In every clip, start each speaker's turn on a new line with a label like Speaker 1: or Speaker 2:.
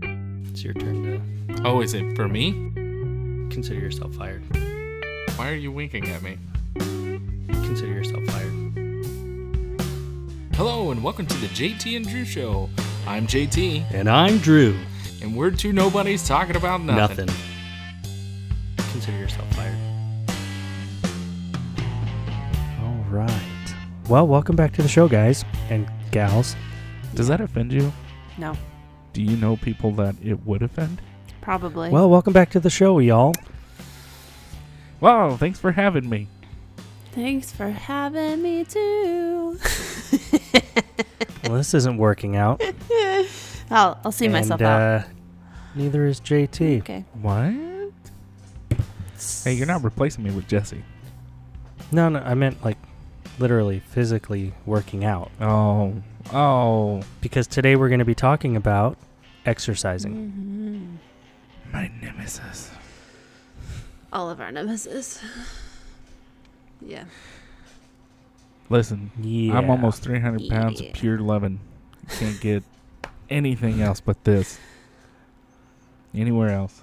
Speaker 1: it's your turn
Speaker 2: Oh, is it for me?
Speaker 1: to consider yourself fired.
Speaker 2: Why are you winking at me?
Speaker 1: Consider yourself fired.
Speaker 2: Hello, and welcome to the JT and Drew Show. I'm JT,
Speaker 1: And I'm Drew.
Speaker 2: and we're two nobodies talking about nothing.
Speaker 1: Nothing. Consider yourself fired.
Speaker 3: All right. Well, welcome back to the show, guys and gals.
Speaker 4: Does that offend you?
Speaker 5: No,
Speaker 4: Do you know people that it would offend?
Speaker 5: probably.
Speaker 3: Well, welcome back to the show, y'all.
Speaker 4: Wow, thanks for having me.
Speaker 5: thanks for having me too.
Speaker 3: Well, this isn't working out.
Speaker 5: I'll I'll see myself
Speaker 3: and,
Speaker 5: out.
Speaker 3: Uh, neither is JT.
Speaker 5: Okay.
Speaker 4: What? Hey, you're not replacing me with Jesse.
Speaker 3: No, no, I meant like literally physically working out
Speaker 4: Oh, oh,
Speaker 3: because today we're going to be talking about exercising.
Speaker 5: Mhm.
Speaker 4: my nemesis.
Speaker 5: All of our nemesis. Yeah.
Speaker 4: Listen,
Speaker 3: Yeah.
Speaker 4: I'm almost 300 pounds
Speaker 5: Yeah.
Speaker 4: of pure loving. You can't get anything else but this. Anywhere else.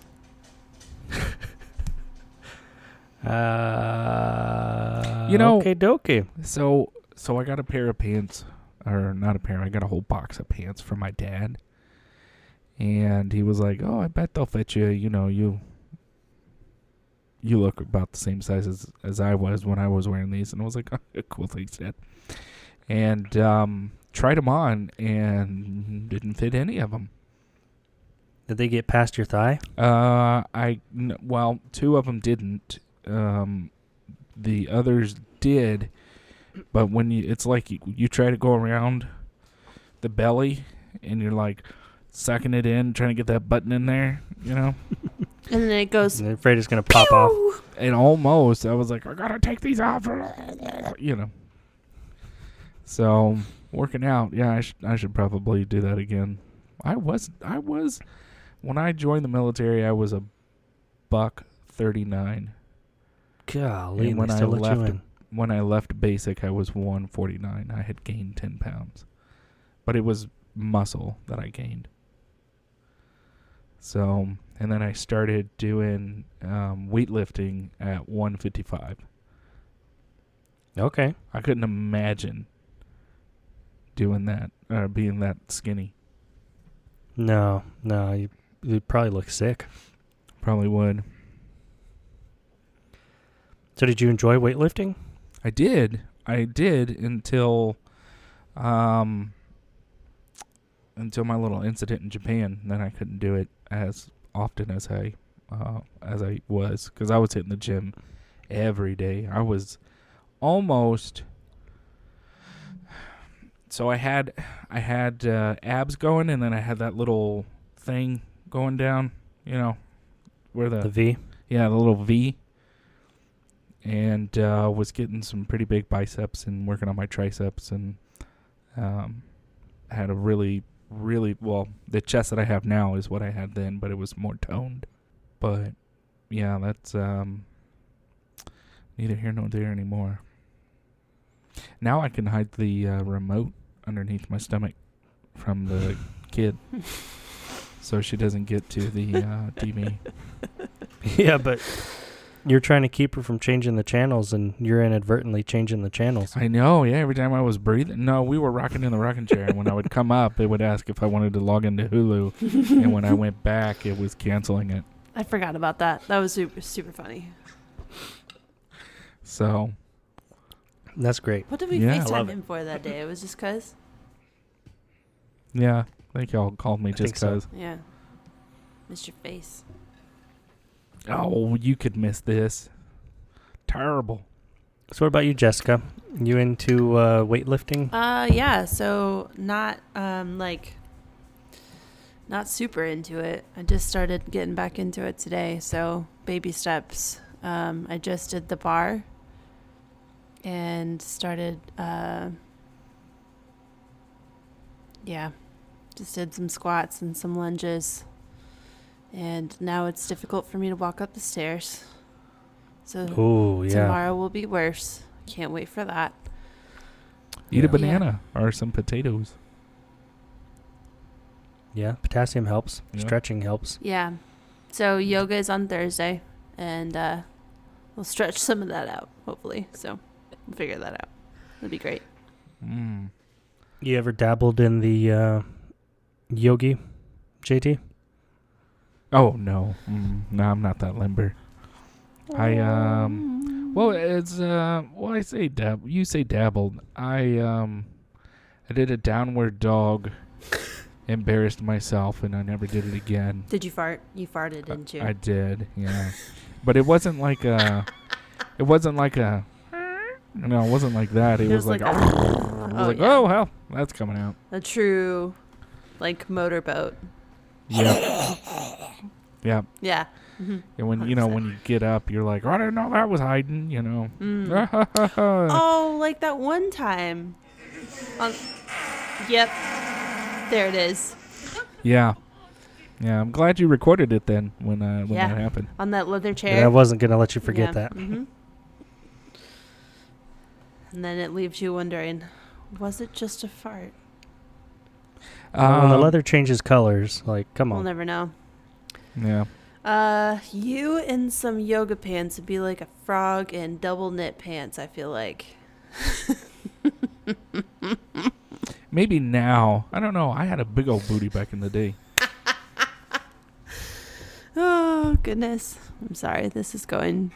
Speaker 3: Uh,
Speaker 4: You know-
Speaker 3: Okay, dokie.
Speaker 4: So, so I got a pair of pants, or not a pair. I got a whole box of pants from my dad, and he was like, "Oh, I bet they'll fit you. You know, you you look about the same size as as I was when I was wearing these." And I was like, oh, "Cool, thanks, Dad." And um, tried them on, and didn't fit any of them.
Speaker 3: Did they get past your thigh?
Speaker 4: Uh, I n- well, two of them didn't. Um, the others did, but when you, it's like you, you try to go around the belly, and you're like sucking it in, trying to get that button in there, you know.
Speaker 5: And then it goes.
Speaker 3: I'm afraid it's going to pop off.
Speaker 5: "Pew!"
Speaker 4: And almost, I was like, I gotta take these off, you know. So working out, yeah, I should I should probably do that again. I was I was when I joined the military, I was a buck thirty nine.
Speaker 3: Golly,
Speaker 4: And when
Speaker 3: when
Speaker 4: I
Speaker 3: I let you
Speaker 4: left-
Speaker 3: in.
Speaker 4: when I left basic, I was 149. I had gained 10 pounds, but it was muscle that I gained. So, and then I started doing um, weightlifting at 155.
Speaker 3: Okay.
Speaker 4: I couldn't imagine doing that or being that skinny.
Speaker 3: No, no, you, you probably look sick.
Speaker 4: Probably would.
Speaker 3: So, did you enjoy weightlifting?
Speaker 4: I did. I did until, um, until my little incident in Japan. Then I couldn't do it as often as I, uh, as I was because I was hitting the gym every day. I was almost. So I had, I had uh, abs going, and then I had that little thing going down. You know, where
Speaker 3: The V?
Speaker 4: yeah, the little V. And uh, was getting some pretty big biceps and working on my triceps and um, had a really, really well. The chest that I have now is what I had then, but it was more toned. But yeah, that's um, neither here nor there anymore. Now I can hide the uh, remote underneath my stomach from the kid, so she doesn't get to the uh, TV.
Speaker 3: yeah, but you're trying to keep her from changing the channels, and you're inadvertently changing the channels.
Speaker 4: I know, yeah. Every time I was breathing, no, we were rocking in the rocking chair, and when I would come up, it would ask if I wanted to log into Hulu, and when I went back, it was canceling it.
Speaker 5: I forgot about that. That was super super funny.
Speaker 4: So
Speaker 3: That's great.
Speaker 5: What did we
Speaker 4: Yeah, I love
Speaker 5: FaceTime
Speaker 3: it.
Speaker 5: him for that day? It was just cause.
Speaker 4: yeah, I think y'all called me
Speaker 3: I
Speaker 4: just
Speaker 3: think so.
Speaker 4: because.
Speaker 5: Yeah. Mr. Face.
Speaker 4: Oh, you could miss this. Terrible.
Speaker 3: So, what about you, Jessica? You into uh, weightlifting?
Speaker 5: Uh yeah, so not um like not super into it. I just started getting back into it today, so baby steps. Um I just did the bar and started uh yeah, just did some squats and some lunges. And now it's difficult for me to walk up the stairs. So
Speaker 3: Oh, yeah.
Speaker 5: Uh, tomorrow will be worse. Can't wait for that.
Speaker 4: Eat
Speaker 3: Yeah.
Speaker 4: a banana or some potatoes.
Speaker 3: Yeah, potassium helps.
Speaker 4: Yeah.
Speaker 3: Stretching helps.
Speaker 5: Yeah. So yoga is on Thursday, and uh, we'll stretch some of that out, hopefully. So we'll figure that out. That'd be great.
Speaker 4: Mm.
Speaker 3: You ever dabbled in the uh, yogi, JT?
Speaker 4: Oh no, mm, no, I'm not that limber. I um, Well, it's uh, well, I say dab. You say dabbled. I um, I did a downward dog. embarrassed myself, and I never did it again.
Speaker 5: Did you fart? You farted,
Speaker 4: I-
Speaker 5: didn't you?
Speaker 4: I did, yeah. but it wasn't like a. It wasn't like a. No, it wasn't like that. It, was, like,
Speaker 5: a,
Speaker 4: I was
Speaker 5: oh,
Speaker 4: like,
Speaker 5: yeah.
Speaker 4: oh hell, that's coming out.
Speaker 5: a true, like motorboat.
Speaker 4: Yeah, yeah.
Speaker 5: Yeah. Mhm.
Speaker 4: And when you know when you get up, you're like, "Oh, I didn't know that was hiding. You know.
Speaker 5: Mm.
Speaker 4: uh,
Speaker 5: Oh, like that one time. On, yep. There it is.
Speaker 4: Yeah. Yeah, I'm glad you recorded it then when uh, when
Speaker 5: Yeah.
Speaker 4: that happened.
Speaker 5: On that leather
Speaker 3: And
Speaker 5: chair.
Speaker 3: I wasn't gonna let you forget that.
Speaker 5: hmm And then it leaves you wondering, was it just a fart?
Speaker 3: Uh, when the
Speaker 4: Um,
Speaker 3: leather changes colors, like come
Speaker 5: We'll
Speaker 3: on,
Speaker 5: never know.
Speaker 4: Yeah.
Speaker 5: Uh, you in some yoga pants would be like a frog in double knit pants. I feel like.
Speaker 4: Maybe now. I don't know. I had a big old booty back in the day.
Speaker 5: Oh goodness, I'm sorry. This is going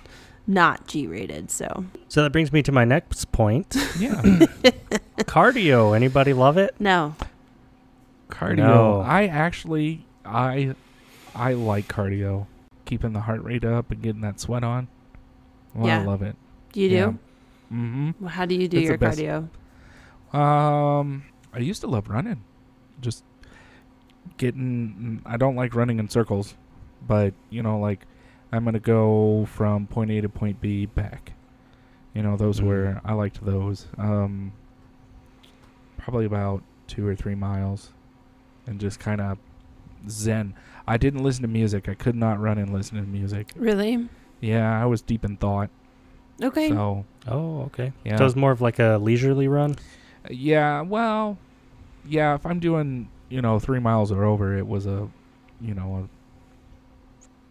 Speaker 5: not G rated. So
Speaker 3: so that brings me to my next point:
Speaker 4: Yeah.
Speaker 3: cardio. Anybody love it?
Speaker 5: no,
Speaker 4: cardio.
Speaker 3: No.
Speaker 4: I actually I I like cardio. Keeping the heart rate up and getting that sweat on. Well, I
Speaker 5: Yeah.
Speaker 4: love it.
Speaker 5: you do.
Speaker 4: Mm-hmm.
Speaker 5: Well, How do you do
Speaker 4: It's the
Speaker 5: your
Speaker 4: best.
Speaker 5: cardio?
Speaker 4: Um, I used to love running. Just getting. I don't like running in circles, but you know, like I'm gonna go from point A to point B back. You know, those
Speaker 3: Mm.
Speaker 4: were I liked those. Um, probably about two or three miles, and just kind of zen. I didn't listen to music. I could not run and listen to music.
Speaker 5: Really?
Speaker 4: Yeah, I was deep in thought.
Speaker 5: Okay.
Speaker 4: So
Speaker 3: Oh, okay.
Speaker 4: yeah.
Speaker 3: So it's more of like a leisurely run.
Speaker 4: Yeah, well, yeah, if I'm doing, you know, three miles or over, it was a, you know,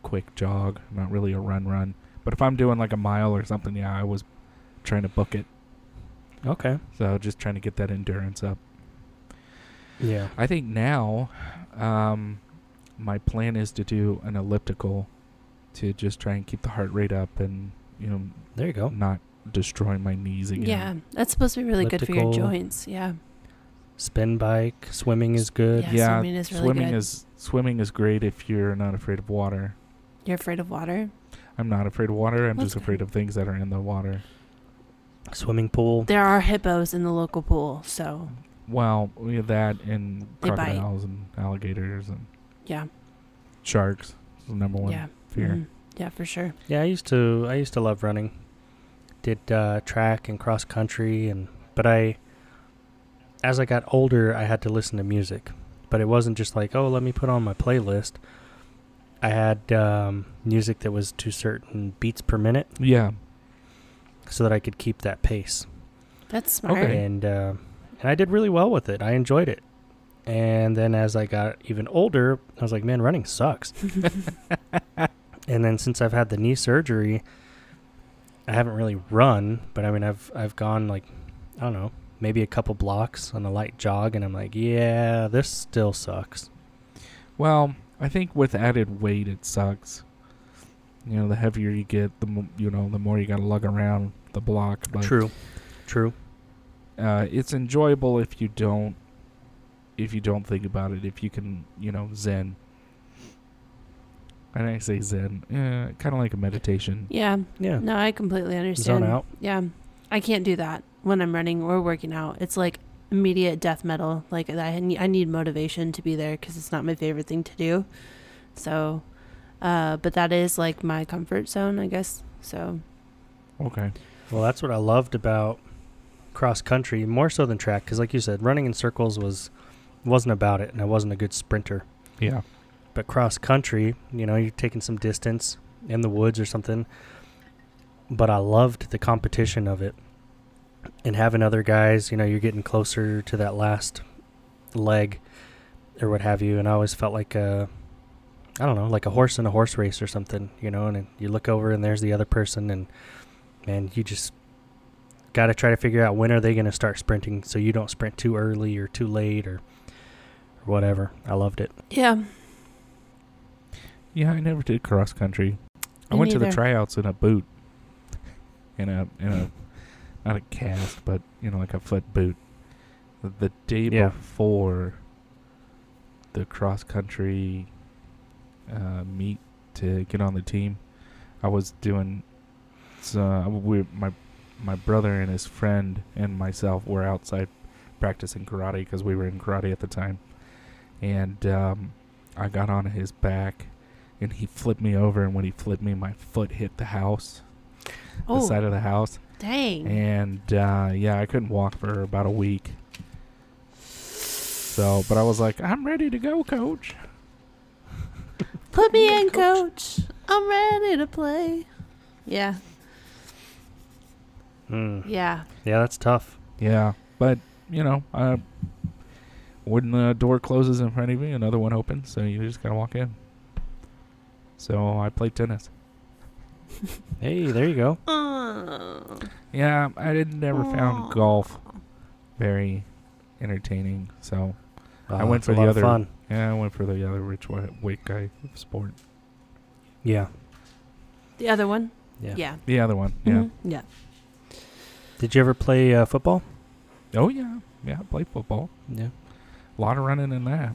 Speaker 4: a quick jog, not really a run run. But if I'm doing like a mile or something, yeah, I was trying to book it.
Speaker 3: Okay.
Speaker 4: So just trying to get that endurance up.
Speaker 3: Yeah.
Speaker 4: I think now, um, my plan is to do an elliptical to just try and keep the heart rate up and, you know,
Speaker 3: There you go.
Speaker 4: not destroy my knees again.
Speaker 5: Yeah, that's supposed to be really good for your
Speaker 3: Elliptical.
Speaker 5: joints. Yeah.
Speaker 3: Spin bike, swimming is good.
Speaker 5: Yeah,
Speaker 4: Yeah,
Speaker 5: swimming is really
Speaker 4: swimming
Speaker 5: good.
Speaker 4: is swimming is great if you're not afraid of water.
Speaker 5: You're afraid of water?
Speaker 4: I'm not afraid of water. I'm
Speaker 5: That's
Speaker 4: just afraid
Speaker 5: good.
Speaker 4: of things that are in the water.
Speaker 3: Swimming pool.
Speaker 5: There are hippos in the local pool, so
Speaker 4: Well, we have that and
Speaker 5: They bite.
Speaker 4: crocodiles and alligators and
Speaker 5: yeah,
Speaker 4: sharks. is the number one
Speaker 5: yeah,
Speaker 4: fear.
Speaker 5: mhm. yeah, for sure.
Speaker 3: Yeah, I used to I used to love running. Did uh, track and cross country and but I as I got older I had to listen to music. But it wasn't just like, oh let me put on my playlist. I had um, music that was to certain beats per minute
Speaker 4: Yeah.
Speaker 3: so that I could keep that pace.
Speaker 5: That's smart.
Speaker 4: Okay.
Speaker 3: And uh, and I did really well with it. I enjoyed it. And then as I got even older, I was like, man, running sucks. and then since I've had the knee surgery, I haven't really run, but I mean, I've I've gone like I don't know, maybe a couple blocks on a light jog, and I'm like, yeah, this still sucks.
Speaker 4: Well, I think with added weight, it sucks. You know, the heavier you get, the mo- you know, the more you got to lug around the block. But
Speaker 3: True, true.
Speaker 4: uh, it's enjoyable if you don't, if you don't think about it. If you can, you know, zen. And I say zen, uh, kind of like a meditation.
Speaker 5: Yeah,
Speaker 3: Yeah,
Speaker 5: no, I completely understand.
Speaker 3: zone out.
Speaker 5: Yeah, I can't do that when I'm running or working out. It's like immediate death metal. Like I need, I need motivation to be there because it's not my favorite thing to do. So, uh, but that is like my comfort zone, I guess. So
Speaker 4: Okay.
Speaker 3: Well, that's what I loved about cross country more so than track, because like you said, running in circles was wasn't about it, and I wasn't a good sprinter.
Speaker 4: Yeah.
Speaker 3: but cross country, you know, you're taking some distance in the woods or something. But I loved the competition of it and having other guys, you know, you're getting closer to that last leg or what have you, and I always felt like a, I don't know, like a horse in a horse race or something, you know. And then you look over and there's the other person, and man, you just got to try to figure out when are they going to start sprinting, so you don't sprint too early or too late or, or whatever. I loved it.
Speaker 5: Yeah.
Speaker 4: Yeah, I never did cross country. I
Speaker 5: Me
Speaker 4: went to the
Speaker 5: neither.
Speaker 4: tryouts in a boot, in a in a not a cast, but you know, like a foot boot. The day
Speaker 3: Yeah.
Speaker 4: before the cross country uh, meet to get on the team, I was doing. So uh, we, my my brother and his friend and myself were outside practicing karate because we were in karate at the time, and um, I got on his back, and he flipped me over. And when he flipped me, my foot hit the house,
Speaker 5: Oh,
Speaker 4: the side of the house,
Speaker 5: dang.
Speaker 4: and uh, yeah, I couldn't walk for about a week. So, but I was like, I'm ready to go, coach.
Speaker 5: Put me in, coach. I'm ready to play. Yeah.
Speaker 3: Mm.
Speaker 5: Yeah.
Speaker 3: Yeah, that's tough.
Speaker 4: Yeah, but you know, uh, when the door closes in front of you, another one opens, so you just gotta walk in. So I played tennis.
Speaker 3: Hey, there you go.
Speaker 5: Oh.
Speaker 4: Yeah, I didn't never
Speaker 5: Aw.
Speaker 4: found golf very entertaining. So I
Speaker 3: Wow,
Speaker 4: went
Speaker 3: that's
Speaker 4: for
Speaker 3: a
Speaker 4: the
Speaker 3: lot of
Speaker 4: other-
Speaker 3: Uh, fun.
Speaker 4: yeah, I went for the other rich white, white guy sport.
Speaker 3: Yeah,
Speaker 5: The other one?
Speaker 3: yeah.
Speaker 5: Yeah.
Speaker 4: The other one, yeah.
Speaker 5: Mhm. Yeah.
Speaker 3: Did you ever play uh, football?
Speaker 4: Oh yeah, yeah. I played football.
Speaker 3: Yeah.
Speaker 4: A lot of running in that.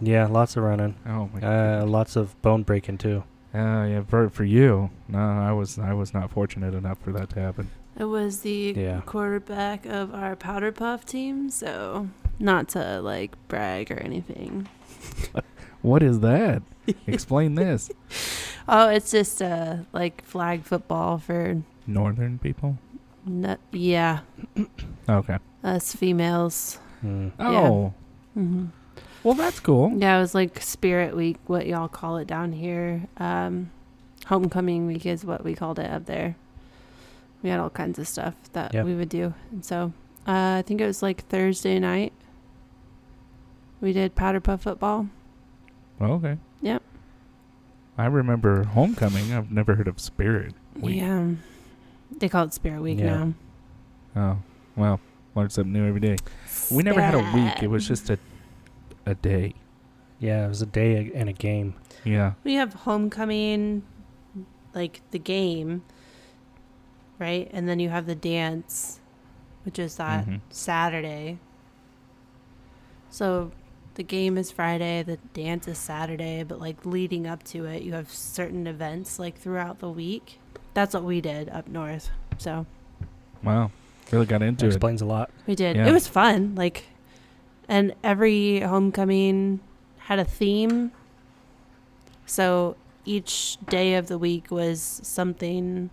Speaker 3: Yeah, lots of running.
Speaker 4: Oh my
Speaker 3: Uh, lots of bone breaking too.
Speaker 4: Uh, yeah, for for you. No, I was I was not fortunate enough for that to happen.
Speaker 5: It was the
Speaker 3: Yeah.
Speaker 5: quarterback of our powder puff team, so not to like brag or anything.
Speaker 4: What is that? Explain this.
Speaker 5: Oh, it's just uh like flag football for
Speaker 4: Northern people.
Speaker 5: nu- yeah,
Speaker 4: Okay.
Speaker 5: us females.
Speaker 3: Mm.
Speaker 5: Yeah.
Speaker 4: Oh,
Speaker 5: hmm
Speaker 4: well, that's
Speaker 3: Oh.
Speaker 4: cool.
Speaker 5: Yeah, it was like Spirit Week, what y'all call it down here. Um, homecoming Week is what we called it up there. We had all kinds of stuff that
Speaker 3: Yeah.
Speaker 5: we would do, and so uh, I think it was like Thursday night. We did powder puff football.
Speaker 4: Okay.
Speaker 5: Yep.
Speaker 4: I remember homecoming. I've never heard of Spirit Week.
Speaker 5: Yeah, they call it Spirit Week
Speaker 3: Yeah.
Speaker 5: now.
Speaker 4: Oh, well, learn something new every day. We never had a week. It was just a a day.
Speaker 3: Yeah, it was a day and a game.
Speaker 4: Yeah.
Speaker 5: We have homecoming, like the game, right? And then you have the dance, which is that
Speaker 4: Mhm.
Speaker 5: Saturday. So the game is Friday, the dance is Saturday, but like leading up to it, you have certain events like throughout the week. That's what we did up north. So
Speaker 4: Wow. Really got into it.
Speaker 3: explains a lot.
Speaker 5: we did.
Speaker 4: Yeah.
Speaker 5: It was fun. Like, and every homecoming had a theme. So each day of the week was something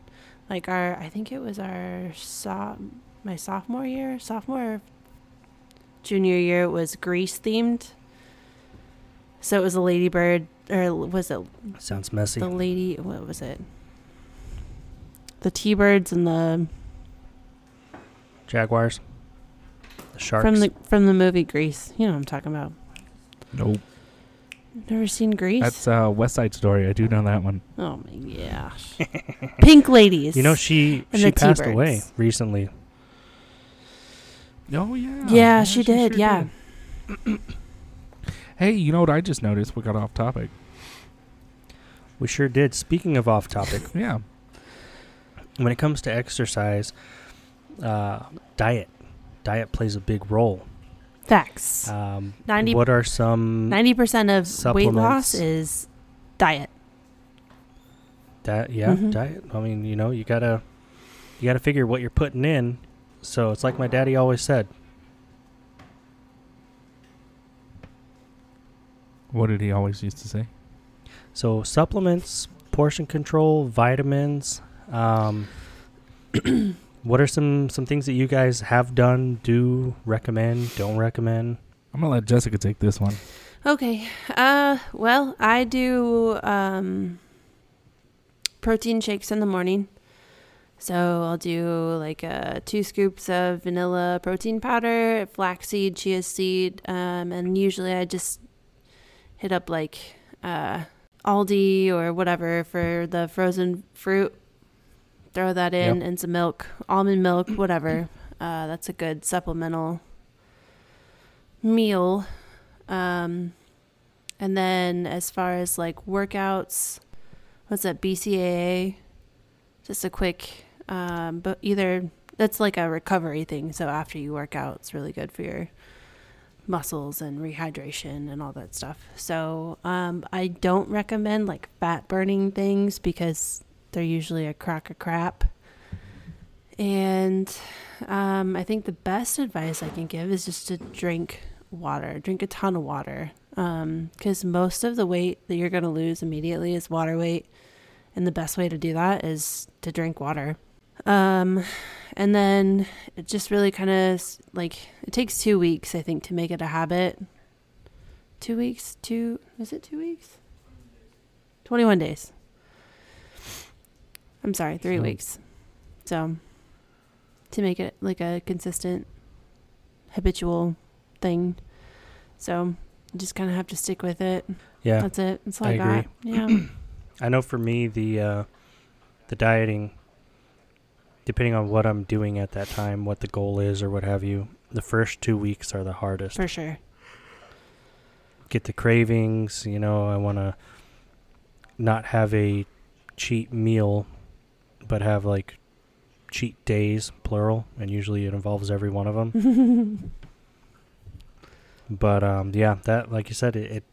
Speaker 5: like our, I think it was our, so, my sophomore year, sophomore, or junior year it was Grease themed. So it was a ladybird, or was it
Speaker 3: Sounds messy.
Speaker 5: the lady, what was it? The T Birds and the
Speaker 3: Jaguars. The sharks.
Speaker 5: from the from the movie Grease. You know what I'm talking about.
Speaker 4: Nope.
Speaker 5: Never seen Grease?
Speaker 4: That's uh, West Side Story. I do know that one.
Speaker 5: oh my gosh. Pink ladies.
Speaker 3: you know she
Speaker 5: and
Speaker 3: she
Speaker 5: the
Speaker 3: passed away
Speaker 5: T-Birds.
Speaker 3: recently.
Speaker 4: Oh yeah.
Speaker 5: Yeah, she, did.
Speaker 4: sure
Speaker 5: yeah.
Speaker 4: Hey, you know what I just noticed? We got off topic.
Speaker 3: We sure did. Speaking of off topic,
Speaker 4: Yeah.
Speaker 3: when it comes to exercise, uh, diet diet plays a big role.
Speaker 5: Facts.
Speaker 3: Um,
Speaker 5: 90
Speaker 3: what are some
Speaker 5: 90% of weight
Speaker 3: Supplements.
Speaker 5: loss is diet.
Speaker 3: That yeah,
Speaker 5: Mhm.
Speaker 3: diet. I mean, you know, you gotta you gotta figure what you're putting in. So it's like my daddy always said.
Speaker 4: What did he always used to say?
Speaker 3: So supplements, portion control, vitamins. Um, what are some some things that you guys have done, do recommend, don't recommend?
Speaker 4: I'm gonna let Jessica take this one.
Speaker 5: Okay. Uh well, I do um protein shakes in the morning. So I'll do like uh, two scoops of vanilla protein powder, flaxseed, chia seed, um, and usually I just hit up like uh, Aldi or whatever for the frozen fruit. Throw that in and some milk, almond milk, whatever. Uh, that's a good supplemental meal. Um, and then as far as like workouts, what's that BCAA? Just a quick, um, but either that's like a recovery thing. So after you work out, it's really good for your muscles and rehydration and all that stuff. So um, I don't recommend like fat burning things because they're usually a crock of crap. And um, I think the best advice I can give is just to drink water, drink a ton of water. Because Um, most of the weight that you're going to lose immediately is water weight. And the best way to do that is to drink water. Um, and then it just really kind of like it takes two weeks, I think, to make it a habit. Two weeks, two, is it two weeks? 21 days. I'm sorry, three
Speaker 4: So-
Speaker 5: weeks. So to make it like a consistent, habitual thing. So you just kind of have to stick with it.
Speaker 3: Yeah.
Speaker 5: That's it. That's all I,
Speaker 3: I
Speaker 5: got.
Speaker 3: agree.
Speaker 5: Yeah.
Speaker 3: I know for me the uh, the dieting, depending on what I'm doing at that time, what the goal is, or what have you, the first two weeks are the hardest.
Speaker 5: For sure.
Speaker 3: Get the cravings, you know. I want to not have a cheat meal, but have like cheat days, plural, and usually it involves every one of them. But um, yeah, that like you said, it, it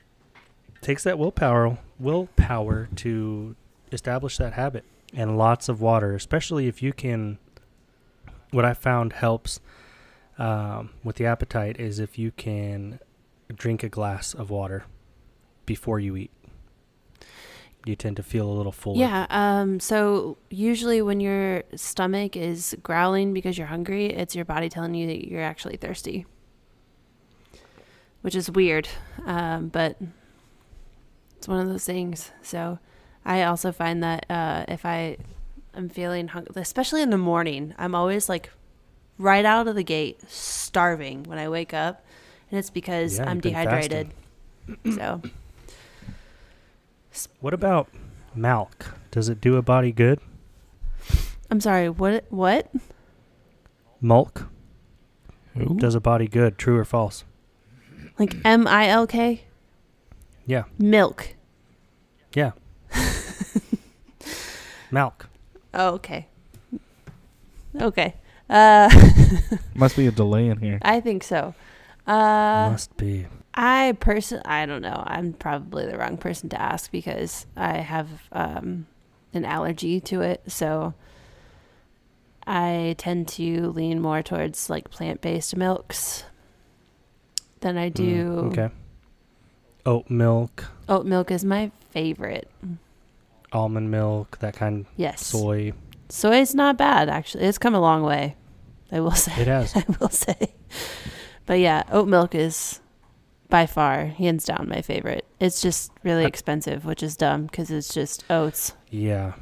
Speaker 3: takes that willpower willpower to establish that habit and lots of water, especially if you can. What I found helps um, with the appetite is if you can drink a glass of water before you eat. You tend to feel a little fuller.
Speaker 5: Yeah. Um, so usually when your stomach is growling because you're hungry, it's your body telling you that you're actually thirsty, which is weird. Um, but it's one of those things. So I also find that uh, if I am feeling hungry, especially in the morning, I'm always like right out of the gate starving when I wake up, and it's because
Speaker 3: Yeah,
Speaker 5: I'm
Speaker 3: you've been
Speaker 5: dehydrated. so
Speaker 3: What about milk? Does it do a body good?
Speaker 5: I'm sorry. What? What?
Speaker 3: Milk
Speaker 5: Mm-hmm.
Speaker 4: Ooh.
Speaker 3: does a body good. True or false?
Speaker 5: Like M I L K?
Speaker 3: Yeah.
Speaker 5: Milk.
Speaker 3: Yeah. milk.
Speaker 5: Oh, okay. Okay. Uh,
Speaker 4: Must be a delay in here.
Speaker 5: I think so. Uh,
Speaker 3: Must be.
Speaker 5: I person I don't know. I'm probably the wrong person to ask because I have um, an allergy to it. So I tend to lean more towards like plant-based milks than I
Speaker 3: Mm,
Speaker 5: do.
Speaker 3: okay. Oat milk,
Speaker 5: Oat milk is my favorite.
Speaker 3: almond milk, that kind
Speaker 5: Yes.
Speaker 3: soy.
Speaker 5: Soy's not bad actually. It's come a long way. I will say.
Speaker 3: It has.
Speaker 5: I will say. But yeah, oat milk is by far, hands down, my favorite. It's just really
Speaker 3: I-
Speaker 5: expensive, which is dumb because it's just oats.
Speaker 3: Yeah.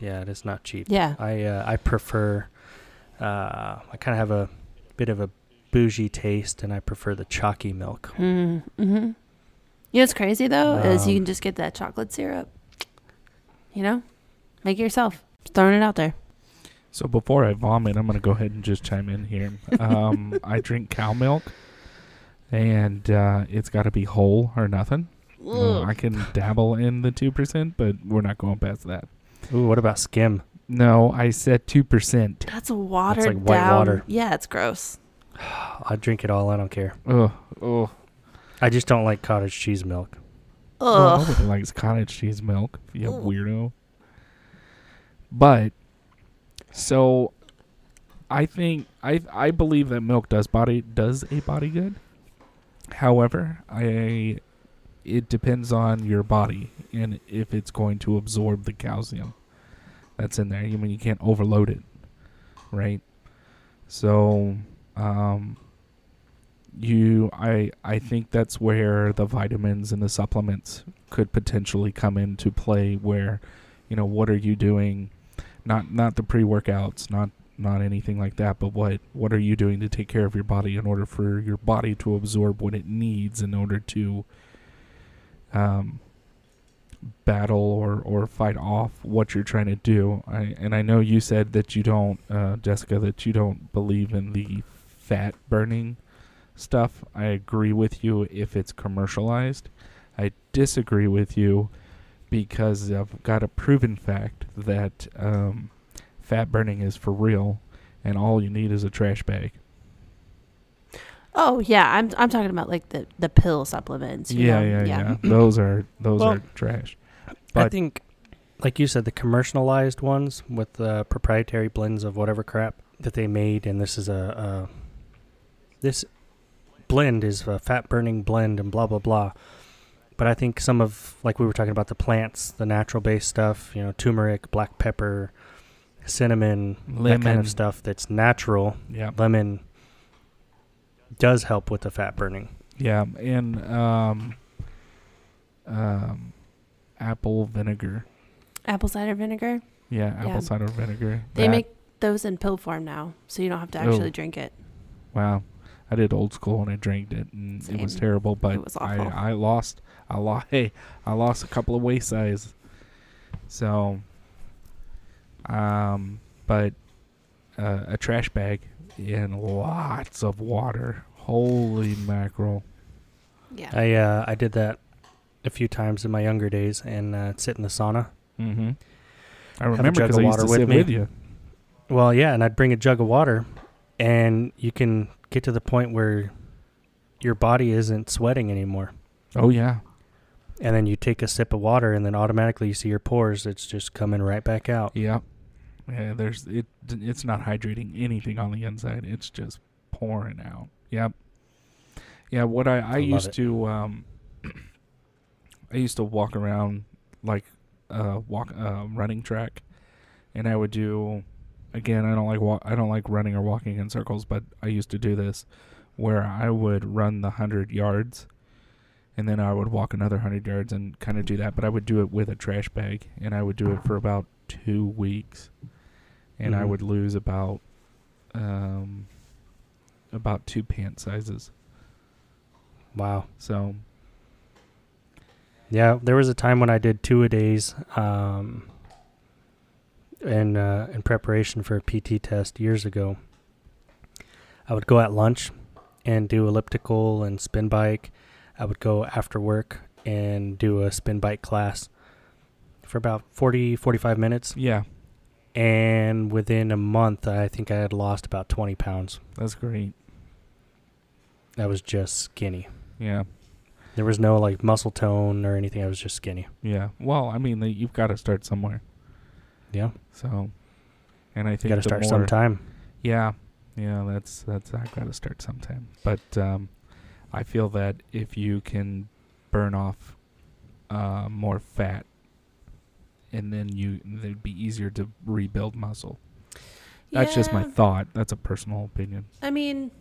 Speaker 3: Yeah, it is not cheap.
Speaker 5: Yeah.
Speaker 3: I uh, I prefer uh, I kind of have a bit of a bougie taste and I prefer the chalky milk.
Speaker 5: Mm hmm. You know what's crazy though? is you
Speaker 3: Um,
Speaker 5: can just get that chocolate syrup. You know? Make it yourself. Just throwing it out there.
Speaker 4: So before I vomit, I'm gonna go ahead and just chime in here. Um, I drink cow milk, and uh, it's got to be whole or nothing.
Speaker 3: Oh,
Speaker 4: Uh, I can dabble in the two percent, but we're not going past that.
Speaker 3: Ooh, what about skim?
Speaker 4: No, I said two percent.
Speaker 5: That's watered
Speaker 3: like white
Speaker 5: down.
Speaker 3: water.
Speaker 5: Yeah, it's gross.
Speaker 3: I drink it all, I don't care.
Speaker 4: Ugh, ugh.
Speaker 3: I just don't like cottage cheese milk. Oh,
Speaker 4: Well,
Speaker 5: Ugh.
Speaker 4: nobody likes cottage cheese milk. You
Speaker 5: Ugh.
Speaker 4: weirdo. But so, I think I I believe that milk does body does a body good. However, I it depends on your body and if it's going to absorb the calcium that's in there. You mean you can't overload it, right? So, um, you I I think that's where the vitamins and the supplements could potentially come into play where you know what are you doing not not the pre-workouts, not not anything like that, but what what are you doing to take care of your body in order for your body to absorb what it needs in order to um battle or or fight off what you're trying to do. I and I know you said that you don't uh Jessica that you don't believe in the fat burning stuff. I agree with you if it's commercialized. I disagree with you because I've got a proven fact that um, fat burning is for real, and all you need is a trash bag.
Speaker 5: Oh yeah, I'm I'm talking about like the the pill supplements. you
Speaker 4: Yeah, yeah,
Speaker 5: know?
Speaker 4: yeah. those are those
Speaker 3: Well,
Speaker 4: are trash.
Speaker 3: I
Speaker 4: But-
Speaker 3: think, like you said, the commercialized ones with the proprietary blends of whatever crap that they made, and this is a, a this blend is a fat burning blend, and blah blah blah. But I think some of like we were talking about the plants, the natural based stuff, you know, turmeric, black pepper, cinnamon, that kind
Speaker 4: Lemon.
Speaker 3: of stuff that's natural.
Speaker 4: Yeah,
Speaker 3: Lemon does help with the fat burning.
Speaker 4: yeah, and um, um, apple vinegar.
Speaker 5: Apple cider vinegar.
Speaker 4: Yeah, apple
Speaker 5: Yeah.
Speaker 4: cider vinegar.
Speaker 5: They
Speaker 4: That-
Speaker 5: make those in pill form now, so you don't have to actually
Speaker 4: Oh.
Speaker 5: drink it.
Speaker 4: Wow. I did old school and I drank it and it was
Speaker 5: Same.
Speaker 4: terrible, but
Speaker 5: was awful.
Speaker 4: I, I lost I lost hey, I lost a couple of waist size. So um but uh, a trash bag and lots of water. Holy mackerel.
Speaker 5: Yeah.
Speaker 3: I uh, I did that a few times in my younger days, and uh, sit in the sauna.
Speaker 4: Mhm. I
Speaker 3: a
Speaker 4: remember
Speaker 3: jug
Speaker 4: cuz I
Speaker 3: of
Speaker 4: used to
Speaker 3: water with
Speaker 4: sit
Speaker 3: me.
Speaker 4: with you.
Speaker 3: Well, yeah, and I'd bring a jug of water, and you can get to the point where your body isn't sweating anymore.
Speaker 4: Oh yeah.
Speaker 3: And then you take a sip of water, and then automatically you see your pores. It's just coming right back out.
Speaker 4: Yeah. Yeah, there's it it's not hydrating anything on the inside. It's just pouring out. Yep. Yeah, what I, I,
Speaker 3: love
Speaker 4: used
Speaker 3: it.
Speaker 4: to um I used to walk around like uh walk uh running track and I would do again, I don't like wa- I don't like running or walking in circles, but I used to do this where I would run the 100 yards and then I would walk another 100 yards and kind of do that, but I would do it with a trash bag and I would do it for about 2 weeks and I
Speaker 3: Mhm.
Speaker 4: would lose about um about two pant sizes.
Speaker 3: Wow.
Speaker 4: So,
Speaker 3: Yeah, there was a time when I did two a days, um, in uh, in preparation for a PT test years ago. I would go at lunch, and do elliptical and spin bike. I would go after work and do a spin bike class for about 40, 45 minutes.
Speaker 4: yeah,
Speaker 3: And within a month, I think I had lost about 20 pounds.
Speaker 4: that's great.
Speaker 3: I was just skinny.
Speaker 4: Yeah.
Speaker 3: There was no like muscle tone or anything. I was just skinny.
Speaker 4: Yeah. Well, I mean, like, you've got to start somewhere.
Speaker 3: Yeah.
Speaker 4: So, and I
Speaker 3: You
Speaker 4: think
Speaker 3: got to
Speaker 4: the
Speaker 3: start
Speaker 4: more-
Speaker 3: sometime.
Speaker 4: Yeah, yeah, that's that's I got to start sometime. But um, I feel that if you can burn off uh, more fat, and then you it'd be easier to rebuild muscle. That's just my
Speaker 5: Yeah.
Speaker 4: thought. That's a personal opinion.
Speaker 5: I mean,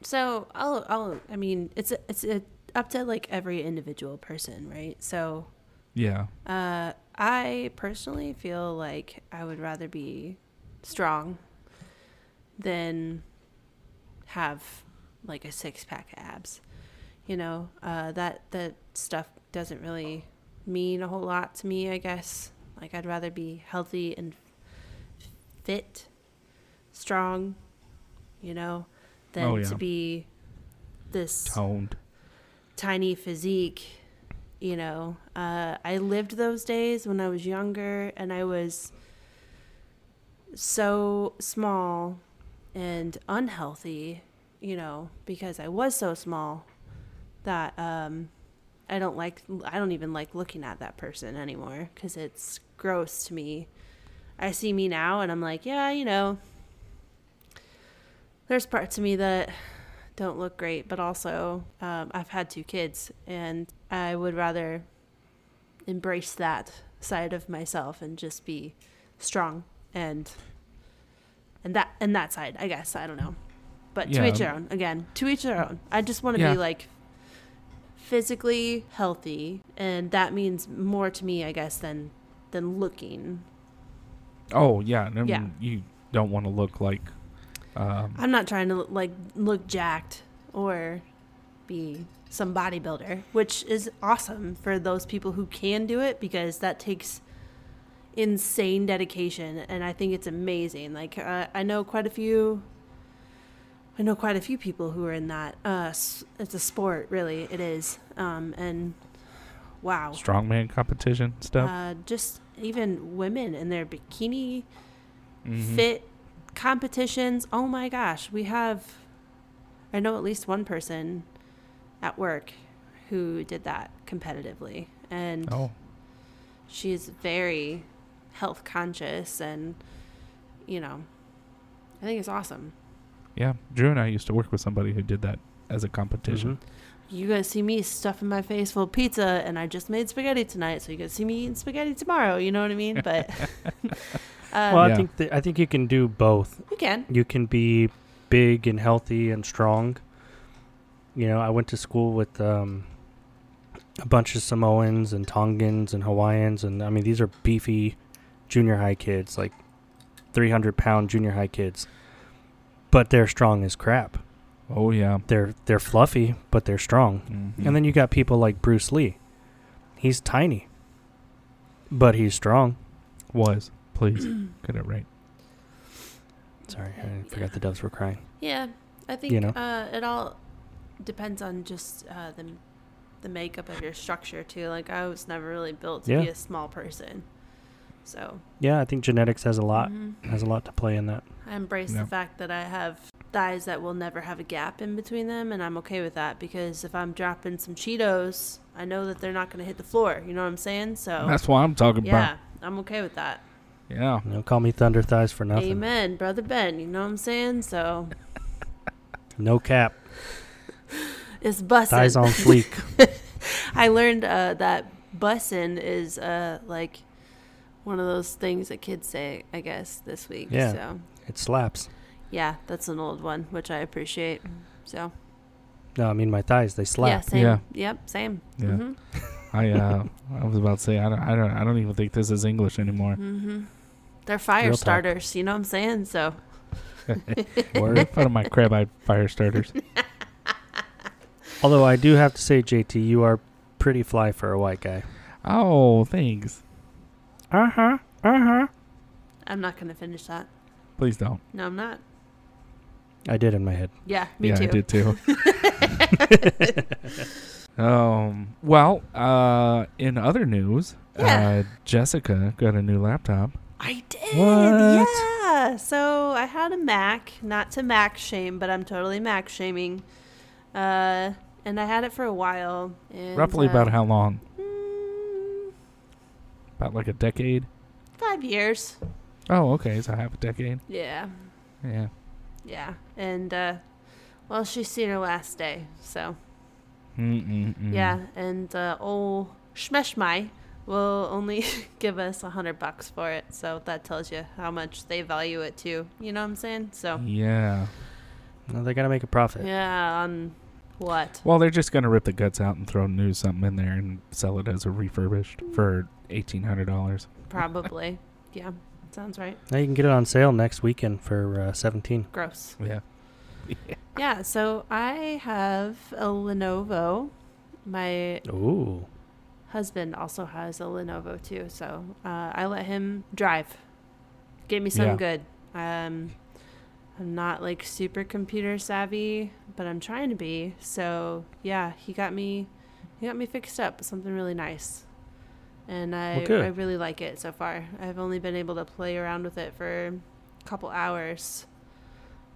Speaker 5: so I'll, I'll, I mean, it's a, it's a, up to like every individual person, right? So,
Speaker 4: Yeah.
Speaker 5: uh, I personally feel like I would rather be strong than have like a six pack abs. You know, uh, that that stuff doesn't really mean a whole lot to me. I guess like I'd rather be healthy and fit, strong. You know, than
Speaker 4: Oh, yeah.
Speaker 5: to be this
Speaker 4: Toned.
Speaker 5: tiny physique you know uh, i lived those days when i was younger and i was so small and unhealthy you know because i was so small that um, i don't like i don't even like looking at that person anymore because it's gross to me i see me now and i'm like yeah you know there's parts of me that don't look great, but also um, I've had two kids, and I would rather embrace that side of myself and just be strong and and that and that side. I guess I don't know, but to
Speaker 4: Yeah.
Speaker 5: each their own. Again, to each their own. I just want to
Speaker 4: Yeah.
Speaker 5: be like physically healthy, and that means more to me, I guess, than than looking.
Speaker 4: Oh yeah, I mean,
Speaker 5: Yeah.
Speaker 4: You don't want to look like. Um,
Speaker 5: I'm not trying to look, like look jacked or be some bodybuilder, which is awesome for those people who can do it because that takes insane dedication and I think it's amazing. Like uh, I know quite a few I know quite a few people who are in that uh s- it's a sport really. It is. Um and wow.
Speaker 4: strongman competition stuff.
Speaker 5: Uh just even women in their bikini
Speaker 3: Mm-hmm.
Speaker 4: Mhm.
Speaker 5: fit competitions. Oh my gosh, we have I know at least one person at work who did that competitively and
Speaker 4: Oh,
Speaker 5: she's very health conscious and you know I think it's awesome.
Speaker 4: yeah. Drew and I used to work with somebody who did that as a
Speaker 3: Mm-hmm.
Speaker 4: competition.
Speaker 5: You guys see me stuffing my face full of pizza and I just made spaghetti tonight, so you guys see me eating spaghetti tomorrow, you know what I mean? But uh,
Speaker 3: well, I
Speaker 4: Yeah.
Speaker 3: think that, I think you can do both.
Speaker 5: you can.
Speaker 3: You can be big and healthy and strong. You know, I went to school with um, a bunch of Samoans and Tongans and Hawaiians, and I mean these are beefy junior high kids, like 300 pound junior high kids, but they're strong as crap.
Speaker 4: Oh yeah.
Speaker 3: They're they're fluffy, but they're strong. And then you got people like Bruce Lee. He's tiny, but he's strong.
Speaker 4: was please get it right.
Speaker 3: Sorry, I forgot the doves were crying.
Speaker 5: Yeah, I think
Speaker 3: know?
Speaker 5: uh, it all depends on just uh, the the makeup of your structure too. Like I was never really built to be
Speaker 3: Yeah.
Speaker 5: a small person, so
Speaker 3: Yeah, I think genetics has a lot
Speaker 5: mhm.
Speaker 3: has a lot to play in that.
Speaker 5: I embrace
Speaker 4: Yeah.
Speaker 5: the fact that I have thighs that will never have a gap in between them, and I'm okay with that because if I'm dropping some Cheetos, I know that they're not going to hit the floor. You know what I'm saying? So
Speaker 4: That's what I'm talking
Speaker 5: Oh. yeah, I'm okay with that.
Speaker 4: about. Yeah.
Speaker 3: You know, call me thunder thighs for nothing.
Speaker 5: Amen, brother Ben. You know what I'm saying? So
Speaker 3: No cap,
Speaker 5: it's busting.
Speaker 3: thighs on fleek.
Speaker 5: I learned uh, that bussin is uh, like one of those things that kids say, I guess, this week.
Speaker 3: Yeah.
Speaker 5: So,
Speaker 3: it slaps.
Speaker 5: yeah, that's an old one, which I appreciate. So,
Speaker 3: No, I mean my thighs, they
Speaker 5: yeah,
Speaker 3: slap.
Speaker 5: same.
Speaker 4: Yeah.
Speaker 5: Yep, same.
Speaker 4: Yeah.
Speaker 5: Mm-hmm.
Speaker 4: I uh, I was about to say I don't I don't I don't even think this is English anymore.
Speaker 5: hmm They're fire
Speaker 3: Real talk.
Speaker 5: starters, you know what I'm saying? So,
Speaker 3: Word.
Speaker 4: Fun of my crab-eyed fire starters.
Speaker 3: Although I do have to say, JT, you are pretty fly for a white guy.
Speaker 4: Oh, thanks.
Speaker 3: Uh huh. Uh huh.
Speaker 5: I'm not going to finish that.
Speaker 4: Please don't.
Speaker 5: No, I'm not.
Speaker 3: I did in my head.
Speaker 5: Yeah, me
Speaker 4: yeah,
Speaker 5: too.
Speaker 4: I did too. um. Well, uh, in other news,
Speaker 5: Yeah.
Speaker 4: uh, Jessica got a new laptop.
Speaker 5: I did,
Speaker 3: What?
Speaker 5: Yeah. So I had a Mac, not to Mac shame, but I'm totally Mac shaming. Uh, and I had it for a while. And,
Speaker 4: Roughly
Speaker 5: uh,
Speaker 4: about how long?
Speaker 5: mm,
Speaker 4: About like a decade.
Speaker 5: five years.
Speaker 4: Oh, okay. So half a decade.
Speaker 5: Yeah,
Speaker 4: Yeah.
Speaker 5: yeah. And uh, well, she's seen her last day, so
Speaker 4: Mm-mm-mm.
Speaker 5: yeah. And uh, old Shmeshmai will only give us a hundred bucks for it, so that tells you how much they value it too. You know what I'm saying? So
Speaker 4: Yeah.
Speaker 3: No, they gotta make a profit.
Speaker 5: yeah, on what?
Speaker 4: Well, they're just gonna rip the guts out and throw new something in there and sell it as a refurbished for eighteen hundred dollars.
Speaker 5: Probably. yeah. Sounds right.
Speaker 3: Now you can get it on sale next weekend for uh, seventeen.
Speaker 5: Gross.
Speaker 4: Yeah.
Speaker 5: Yeah, so I have a Lenovo. My
Speaker 3: Ooh.
Speaker 5: husband also has a Lenovo too, so uh, I let him drive. Give me some
Speaker 4: Yeah.
Speaker 5: good. Um, I'm not like super computer savvy, but I'm trying to be. So yeah, he got me, he got me fixed up with something really nice, and I
Speaker 3: good.
Speaker 5: I really like it so far. I've only been able to play around with it for a couple hours,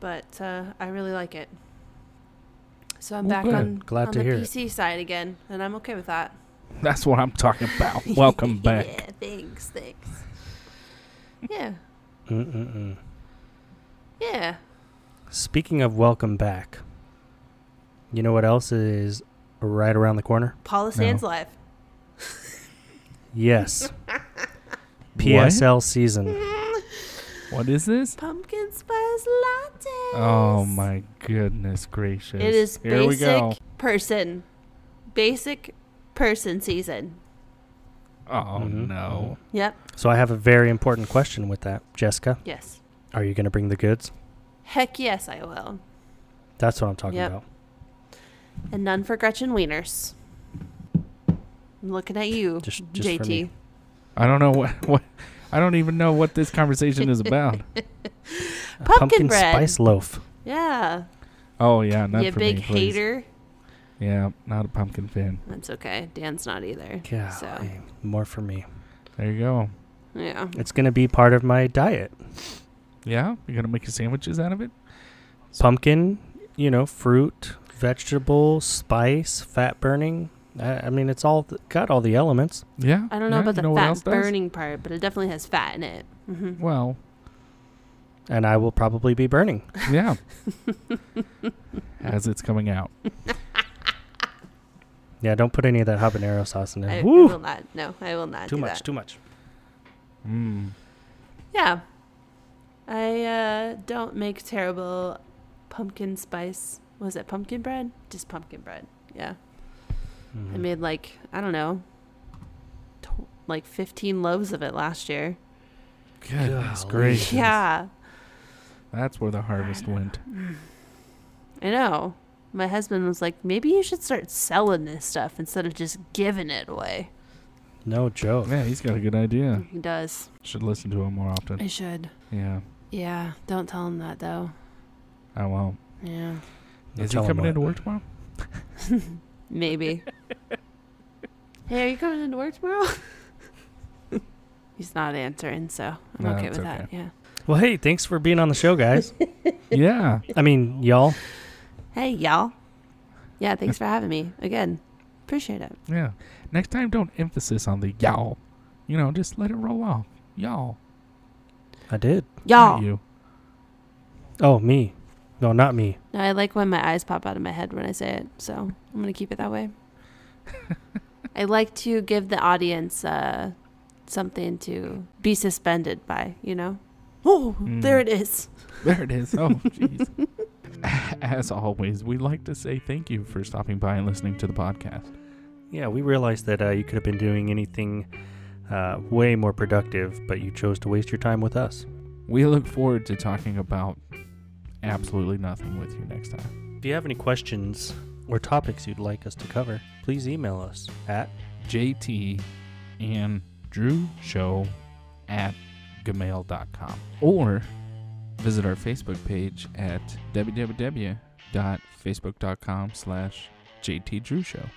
Speaker 5: but uh, I really like it. So I'm
Speaker 4: Well,
Speaker 5: back
Speaker 4: good.
Speaker 5: on,
Speaker 3: Glad
Speaker 5: on
Speaker 3: to
Speaker 5: the
Speaker 3: hear it.
Speaker 5: PC side again, and I'm okay with that.
Speaker 4: That's what I'm talking about. Welcome back.
Speaker 5: yeah, thanks, thanks. Yeah,
Speaker 3: Mm mm mm.
Speaker 5: yeah.
Speaker 3: Speaking of welcome back, you know what else is right around the corner?
Speaker 5: Paula stands live.
Speaker 3: Yes.
Speaker 4: What?
Speaker 3: PSL season.
Speaker 4: What is this?
Speaker 5: Pumpkin spice latte.
Speaker 4: Oh my goodness gracious!
Speaker 5: It is
Speaker 4: Here we go.
Speaker 5: basic person, basic person season.
Speaker 4: Oh
Speaker 3: Mhm.
Speaker 4: no.
Speaker 5: Yep.
Speaker 3: So I have a very important question with that, Jessica.
Speaker 5: Yes.
Speaker 3: Are you going to bring the goods?
Speaker 5: Heck yes, I will.
Speaker 3: That's what I'm talking
Speaker 5: Yep.
Speaker 3: about.
Speaker 5: And none for Gretchen Wieners. I'm looking at you,
Speaker 3: Just- just for
Speaker 5: JT.
Speaker 3: me.
Speaker 4: I don't know what what. I don't even know what this conversation is about.
Speaker 3: A
Speaker 5: Pumpkin
Speaker 3: pumpkin
Speaker 5: bread.
Speaker 3: spice loaf.
Speaker 5: Yeah.
Speaker 4: Oh yeah, not
Speaker 5: you
Speaker 4: for
Speaker 5: big
Speaker 4: me, please.
Speaker 5: hater.
Speaker 4: Yeah, not a pumpkin fan.
Speaker 5: That's okay. Dan's not either.
Speaker 3: Yeah,
Speaker 5: So,
Speaker 3: more for me.
Speaker 4: There you go.
Speaker 5: yeah.
Speaker 3: It's going to be part of my diet.
Speaker 4: Yeah, you're gonna make your sandwiches out of it.
Speaker 3: Pumpkin, you know, fruit, vegetable, spice, fat burning. I, I mean, it's all th- got all the elements.
Speaker 4: Yeah.
Speaker 5: I don't know
Speaker 4: yeah,
Speaker 5: about
Speaker 4: you
Speaker 5: the
Speaker 4: know what else
Speaker 5: fat
Speaker 4: does?
Speaker 5: burning part, but it definitely has fat in it. hmm
Speaker 4: Well,
Speaker 3: And I will probably be burning.
Speaker 4: yeah. As it's coming out.
Speaker 3: Yeah, don't put any of that habanero sauce in
Speaker 5: I, I
Speaker 3: there. Woo!
Speaker 5: will not. No, I will not.
Speaker 3: Too
Speaker 5: do
Speaker 3: much,
Speaker 5: that.
Speaker 3: too much.
Speaker 4: Mm.
Speaker 5: Yeah. I uh, don't make terrible pumpkin spice. Was it pumpkin bread? Just pumpkin bread. Yeah. I
Speaker 3: Mhm.
Speaker 5: made like, I don't know, tw- like 15 loaves of it last year.
Speaker 4: Goodness
Speaker 3: Golly.
Speaker 4: gracious.
Speaker 5: Yeah.
Speaker 4: That's where the harvest went.
Speaker 5: I know. My husband was like, maybe you should start selling this stuff instead of just giving it away.
Speaker 3: No joke.
Speaker 4: Yeah, he's got a good idea.
Speaker 3: Mm.
Speaker 5: He does.
Speaker 4: Should listen to him more often.
Speaker 5: I should.
Speaker 4: Yeah,
Speaker 5: Yeah. Don't tell him that, though.
Speaker 4: I won't.
Speaker 5: Yeah.
Speaker 3: No
Speaker 4: Is he
Speaker 3: telling
Speaker 4: coming
Speaker 3: what.
Speaker 4: into work tomorrow?
Speaker 5: Maybe. hey, are you coming into work tomorrow? He's not answering, so I'm
Speaker 4: No,
Speaker 5: okay
Speaker 4: it's
Speaker 5: with that.
Speaker 4: okay.
Speaker 5: Yeah.
Speaker 3: Well, hey, thanks for being on the show, guys.
Speaker 4: yeah.
Speaker 3: I mean, y'all.
Speaker 5: Hey, y'all. Yeah, thanks for having me again. Appreciate it.
Speaker 4: Yeah. Next time, don't emphasis on the y'all. You know, just let it roll off. Y'all.
Speaker 3: I did.
Speaker 4: not
Speaker 5: Y'all.
Speaker 4: You.
Speaker 3: Oh, me. No, not me.
Speaker 5: No, I like when my eyes pop out of my head when I say it, so I'm gonna keep it that way. I like to give the audience uh, something to be suspended by, you know. Oh, there
Speaker 4: Mm.
Speaker 5: it is.
Speaker 4: There it is. Oh, jeez. As always, we'd like to say thank you for stopping by and listening to the podcast.
Speaker 3: Yeah, we realized that uh, you could have been doing anything uh, way more productive, but you chose to waste your time with us.
Speaker 4: We look forward to talking about absolutely nothing with you next time.
Speaker 3: If you have any questions or topics you'd like us to cover, please email us at
Speaker 4: JT and Drew Show at gmail.com or visit our Facebook page at www.facebook.com slash JT Drew Show.